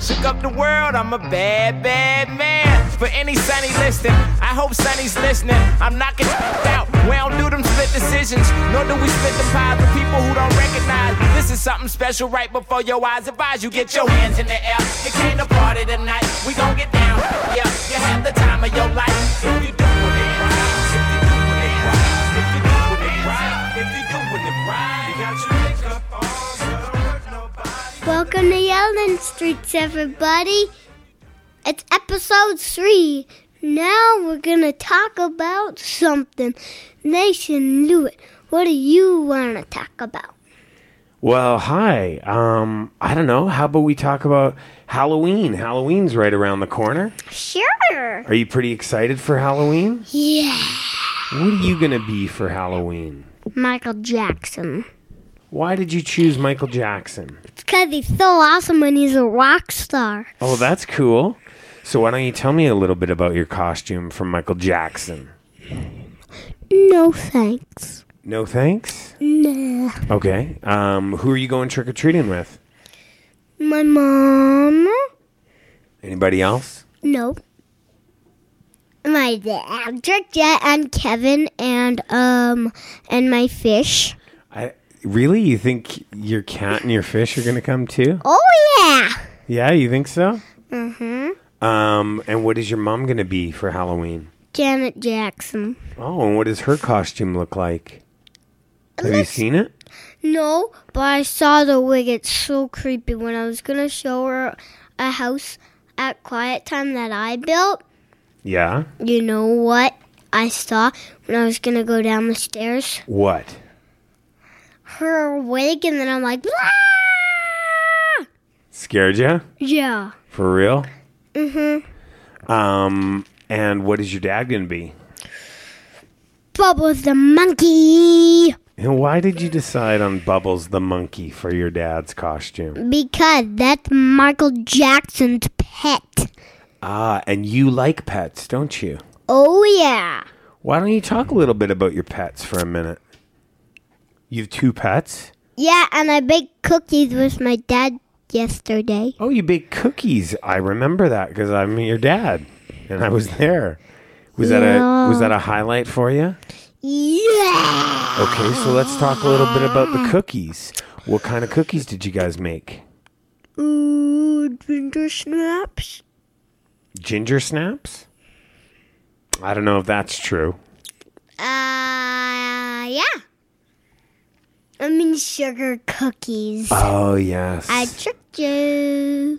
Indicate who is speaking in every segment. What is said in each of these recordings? Speaker 1: Shook up the world, I'm a bad, bad man. For any Sunny listening, I hope Sunny's listening. I'm knocking out. We don't do them split decisions, nor do we split the pies with people who don't recognize. This is something special right before your eyes. Advise you get your hands in the air. It came to party tonight. We gon' get down. Yeah, you have the time of your life. If you do it right, if you do it right, if you do it right, if you do it right, you got your makeup on, so don't hurt nobody.
Speaker 2: Welcome to Yellen Streets, everybody. It's episode three. Now we're gonna talk about something. Nation Lewitt, what do you wanna talk about?
Speaker 3: Well, hi. Um, I don't know. How about we talk about Halloween? Halloween's right around the corner.
Speaker 2: Sure.
Speaker 3: Are you pretty excited for Halloween?
Speaker 2: Yeah.
Speaker 3: What are you going to be for Halloween?
Speaker 2: Michael Jackson.
Speaker 3: Why did you choose Michael Jackson?
Speaker 2: It's cause he's so awesome and he's a rock star.
Speaker 3: Oh, that's cool. So, why don't you tell me a little bit about your costume from Michael Jackson?
Speaker 2: No thanks.
Speaker 3: No thanks.
Speaker 2: Nah.
Speaker 3: Okay. Um, who are you going trick or treating with?
Speaker 2: My mom?
Speaker 3: Anybody else?
Speaker 2: No. My dad, Georgia, and Kevin, and um, and my fish.
Speaker 3: I really? You think your cat and your fish are going to come too?
Speaker 2: Oh yeah.
Speaker 3: Yeah, you think so? Mm-hmm. Um, and what is your mom gonna be for Halloween?
Speaker 2: Janet Jackson.
Speaker 3: Oh, and what does her costume look like? Have you seen it?
Speaker 2: No, but I saw the wig. It's so creepy. When I was gonna show her a house at quiet time that I built,
Speaker 3: Yeah.
Speaker 2: you know what I saw when I was gonna go down the stairs?
Speaker 3: What?
Speaker 2: Her wig, and then I'm like, "Ah!"
Speaker 3: Scared ya?
Speaker 2: yeah.
Speaker 3: For real? Mm-hmm. Um, and what is your dad gonna be?
Speaker 2: Bubbles the monkey.
Speaker 3: And why did you decide on Bubbles the monkey for your dad's costume?
Speaker 2: Because that's Michael Jackson's pet.
Speaker 3: Ah, and you like pets, don't you?
Speaker 2: Oh, yeah.
Speaker 3: Why don't you talk a little bit about your pets for a minute? You have two pets?
Speaker 2: Yeah, and I baked cookies with my dad yesterday.
Speaker 3: Oh, you bake cookies. I remember that because I'm your dad, and I was there. Was that a was that a highlight for you?
Speaker 2: Yeah!
Speaker 3: Okay, so let's talk a little bit about the cookies. What kind of cookies did you guys make?
Speaker 2: Ooh, ginger snaps.
Speaker 3: Ginger snaps? I don't know if that's true.
Speaker 2: Uh, yeah. I mean, sugar cookies.
Speaker 3: Oh yes.
Speaker 2: I tricked you.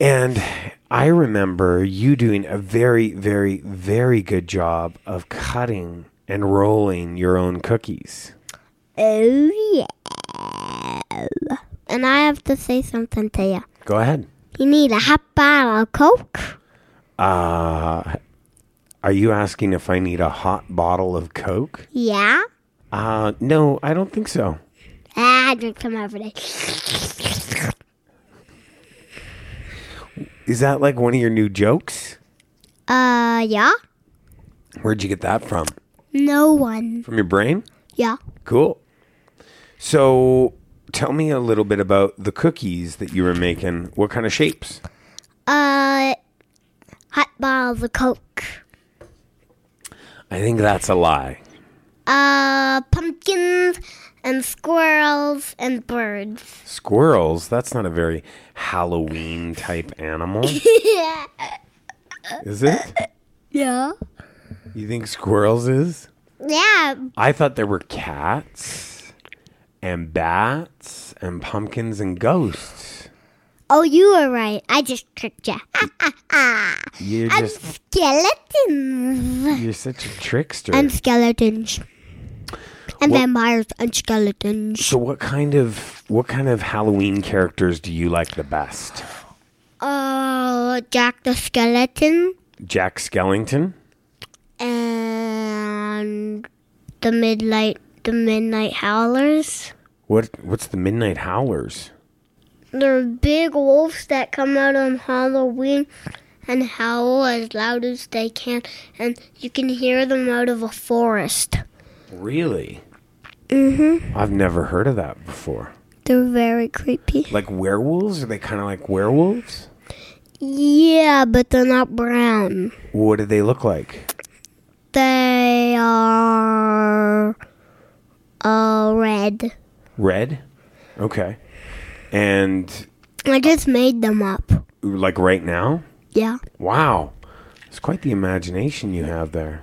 Speaker 3: And I remember you doing a very, very, very good job of cutting and rolling your own cookies.
Speaker 2: Oh, yeah. And I have to say something to you.
Speaker 3: Go ahead.
Speaker 2: You need a hot bottle of Coke?
Speaker 3: Uh, are you asking if I need a hot bottle of Coke?
Speaker 2: Yeah.
Speaker 3: Uh, no, I don't think so.
Speaker 2: Ah, I drink them every day.
Speaker 3: Is that like one of your new jokes?
Speaker 2: Uh, yeah?
Speaker 3: Where'd you get that from?
Speaker 2: No one.
Speaker 3: From your brain?
Speaker 2: Yeah.
Speaker 3: Cool. So tell me a little bit about the cookies that you were making. What kind of shapes?
Speaker 2: Uh, hot bottles of Coke.
Speaker 3: I think that's a lie.
Speaker 2: Uh, pumpkins and squirrels and birds.
Speaker 3: Squirrels, that's not a very Halloween type animal,
Speaker 2: yeah.
Speaker 3: is it?
Speaker 2: Yeah.
Speaker 3: You think squirrels is?
Speaker 2: Yeah.
Speaker 3: I thought there were cats and bats and pumpkins and ghosts.
Speaker 2: Oh, you were right. I just tricked you.
Speaker 3: You're just
Speaker 2: Skeletons.
Speaker 3: you're such a trickster.
Speaker 2: And skeletons. And vampires and skeletons.
Speaker 3: so what kind of what kind of Halloween characters do you like the best?
Speaker 2: Uh, Jack the Skeleton
Speaker 3: Jack Skellington?
Speaker 2: and the Midnight, the Midnight Howlers.
Speaker 3: What what's the Midnight Howlers?
Speaker 2: They're big wolves that come out on Halloween and howl as loud as they can, and you can hear them out of a forest.
Speaker 3: Really? Mhm. I've never heard of that before.
Speaker 2: Mm-hmm. They're very creepy.
Speaker 3: Like werewolves? Are they kind of like werewolves?
Speaker 2: Yeah, but they're not brown.
Speaker 3: What do they look like?
Speaker 2: They are uh, red.
Speaker 3: Red? Okay. And
Speaker 2: I just made them up.
Speaker 3: like right now?
Speaker 2: Yeah.
Speaker 3: Wow. It's quite the imagination you have there.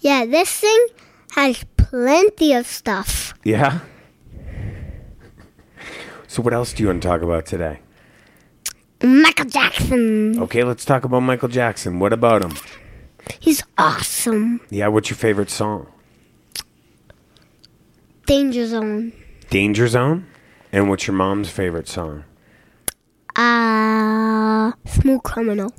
Speaker 2: Yeah, this thing has plenty of stuff.
Speaker 3: Yeah? So, what else do you want to talk about today?
Speaker 2: Michael Jackson.
Speaker 3: Okay, let's talk about Michael Jackson. What about him?
Speaker 2: He's awesome.
Speaker 3: Yeah, what's your favorite song?
Speaker 2: Danger Zone.
Speaker 3: Danger Zone? And what's your mom's favorite song?
Speaker 2: Uh, Smooth Criminal.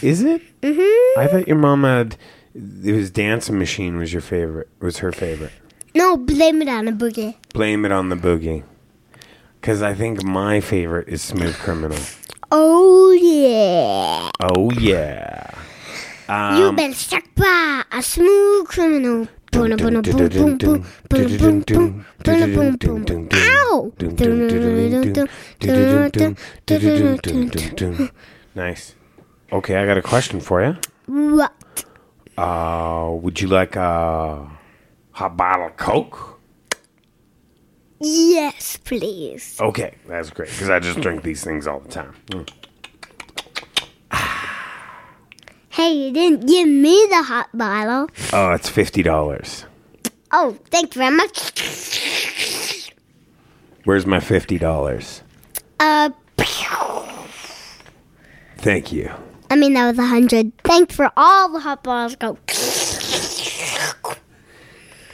Speaker 3: Is it?
Speaker 2: Mm-hmm.
Speaker 3: I thought your mom had it was Dancing Machine was your favorite was her favorite.
Speaker 2: No, blame it on a boogie.
Speaker 3: Blame it on the boogie. Cause I think my favorite is Smooth Criminal.
Speaker 2: Oh, yeah.
Speaker 3: Oh yeah. Um,
Speaker 2: You've been struck by a smooth criminal. Boom, boom, boom, boom, boom, boom, boom, boom, boom, boom, boom. Ow!
Speaker 3: Nice. Okay, I got a question for you.
Speaker 2: What?
Speaker 3: Uh, would you like a hot bottle of Coke?
Speaker 2: Yes, please.
Speaker 3: Okay, that's great because I just drink these things all the time. Mm.
Speaker 2: Hey, you didn't give me the hot bottle.
Speaker 3: Oh, it's fifty dollars.
Speaker 2: Oh, thank you very much.
Speaker 3: Where's my fifty dollars?
Speaker 2: Uh,
Speaker 3: Thank you.
Speaker 2: I mean, that was a hundred. Thanks for all the hot bottles. Go.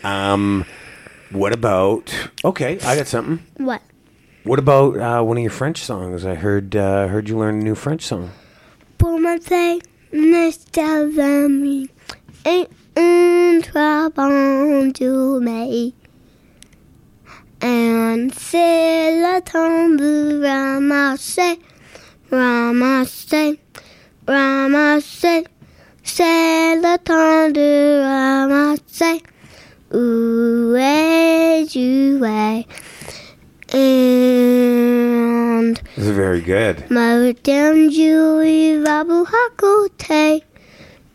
Speaker 3: Um, what about? Okay, I got something.
Speaker 2: What?
Speaker 3: What about uh, one of your French songs? I heard uh, heard you learn a new French song.
Speaker 2: Pour ma paix, mes chers amis. Et un trois bon sommeil. And c'est le temps de ramasser, ramasser, ramasser. C'est le temps de ramasser. Oué, joué. And
Speaker 3: This is very good.
Speaker 2: Madame Julie va vous raconter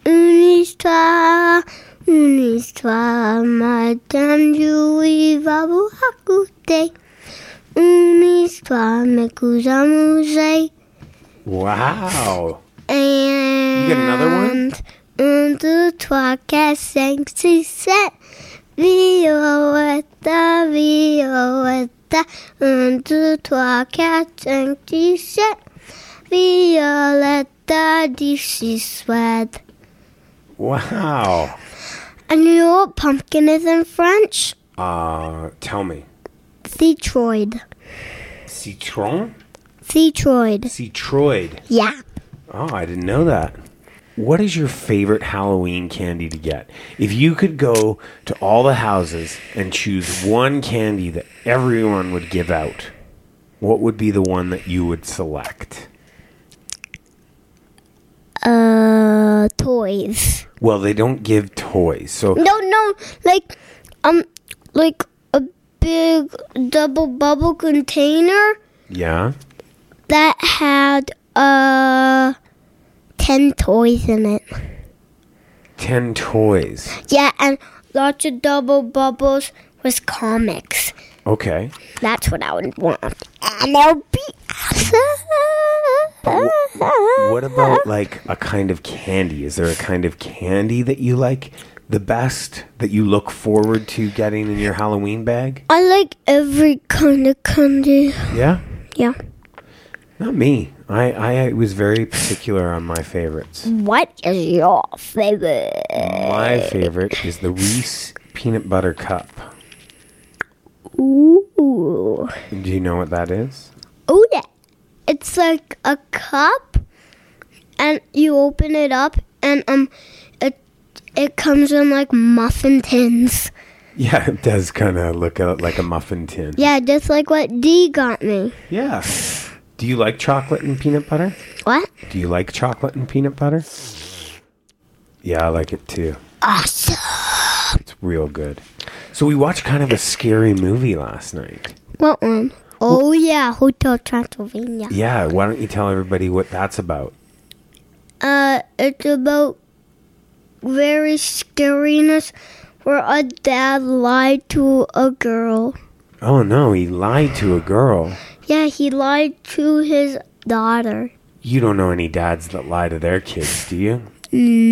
Speaker 2: une histoire, une histoire. Madame Julie va vous raconter une histoire, mes cousins musées.
Speaker 3: Wow.
Speaker 2: And
Speaker 3: got another one?
Speaker 2: Un, deux, trois, quatre, cinq, six, sept. Violetta, Violetta. Un, deux, trois, quatre, cinq, six, sept. Violetta, dix, six, red.
Speaker 3: Wow.
Speaker 2: And you know what pumpkin is in French?
Speaker 3: Uh, tell me.
Speaker 2: Citroid.
Speaker 3: Citron?
Speaker 2: Citroid.
Speaker 3: Citroid.
Speaker 2: Yeah.
Speaker 3: Oh, I didn't know that. What is your favorite Halloween candy to get? If you could go to all the houses and choose one candy that everyone would give out, what would be the one that you would select?
Speaker 2: Uh, toys.
Speaker 3: Well, they don't give toys. So,
Speaker 2: No, no, like, um, like a big double bubble container
Speaker 3: yeah.
Speaker 2: that had uh ten toys in it.
Speaker 3: 10 toys.
Speaker 2: Yeah, and lots of double bubbles with comics.
Speaker 3: Okay.
Speaker 2: That's what I would want, and that would be awesome.
Speaker 3: What about like a kind of candy? Is there a kind of candy that you like the best that you look forward to getting in your Halloween bag?
Speaker 2: I like every kind of candy.
Speaker 3: Yeah.
Speaker 2: Yeah.
Speaker 3: Not me. I, I was very particular on my favorites.
Speaker 2: What is your favorite?
Speaker 3: My favorite is the Reese peanut butter cup.
Speaker 2: Ooh.
Speaker 3: Do you know what that is?
Speaker 2: Oh yeah. It's like a cup and you open it up and um it it comes in like muffin tins.
Speaker 3: Yeah, it does kind of look a, like a muffin tin.
Speaker 2: Yeah, just like what D got me.
Speaker 3: Yeah. Do you like chocolate and peanut butter?
Speaker 2: What?
Speaker 3: Do you like chocolate and peanut butter? Yeah, I like it too.
Speaker 2: Awesome.
Speaker 3: It's real good. So we watched kind of a scary movie last night.
Speaker 2: What one? Oh yeah, Hotel Transylvania.
Speaker 3: Yeah, why don't you tell everybody what that's about?
Speaker 2: Uh, it's about very scariness where a dad lied to a girl.
Speaker 3: Oh no, he lied to a girl.
Speaker 2: Yeah, he lied to his daughter.
Speaker 3: You don't know any dads that lie to their kids, do you?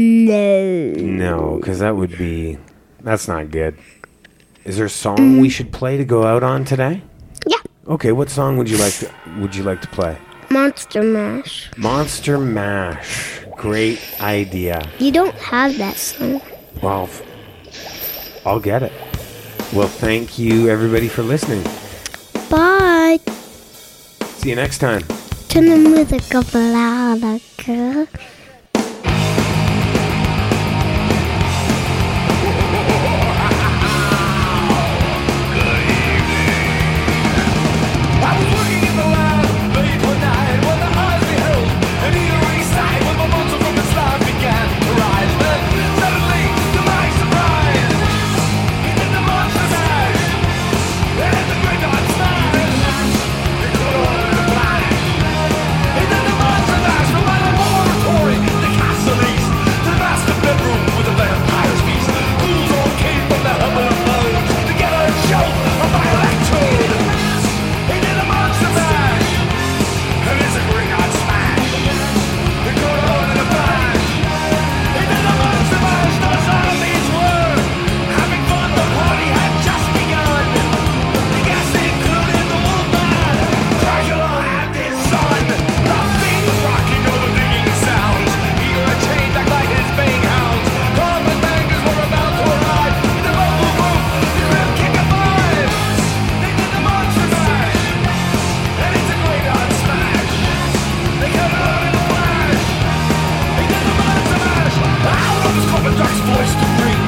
Speaker 2: No.
Speaker 3: No, because that would be. That's not good. Is there a song we should play to go out on today?
Speaker 2: Yeah,
Speaker 3: Okay, what song would you like to, would you like to play?
Speaker 2: Monster Mash.
Speaker 3: Monster Mash. Great idea.
Speaker 2: You don't have that song.
Speaker 3: Well, f- I'll get it. Well, thank you everybody for listening.
Speaker 2: Bye.
Speaker 3: See you next time.
Speaker 2: Turn the music up louder, girl.
Speaker 1: I was working in the lab late one night when the eyes beheld an eerie sight when the monster from its slab began to rise. Then suddenly, to my surprise, it did the monster's eyes and the great dark smile. It took all the blind. It did the monster's eyes from my laboratory, the castle east, the master bedroom with the vampire's feast. Ghouls all came from the hub of bones to get a jolt of my electrode. He did a monster mash. And it's a great hot smash. He got hold of the bag. He did a monster mash. Those zombies were having fun. The party had just begun. The guests included the Wolfman. Dracula had his son. The fiend was rocking over digging sounds. He wore a chain back like his baying hounds. Carpet bangers were about to arrive. The bubble roof, the rib kick of life. They did the monster mash. And it's a great hot smash. They got it out in a flash. He did the monster mash. Out of his carpet duck's voice to ring.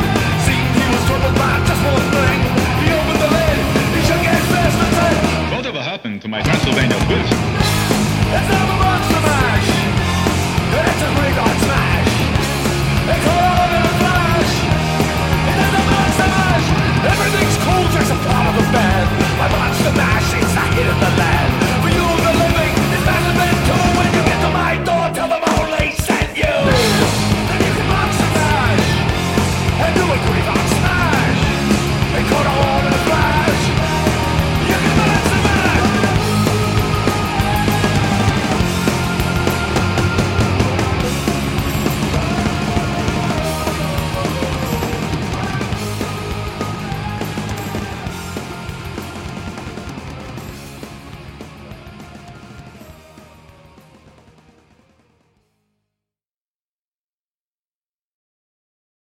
Speaker 1: Seemed he was troubled by just one thing. He opened the lid. He shook his fist and said,
Speaker 4: Whatever happened to my Transylvania whiz?
Speaker 1: It's not a monster mash. And it's a great hot smash. They got it out in a flash. He did the monster mash. Everything's cool, just a part of the band. My monster mash is the hit of the land.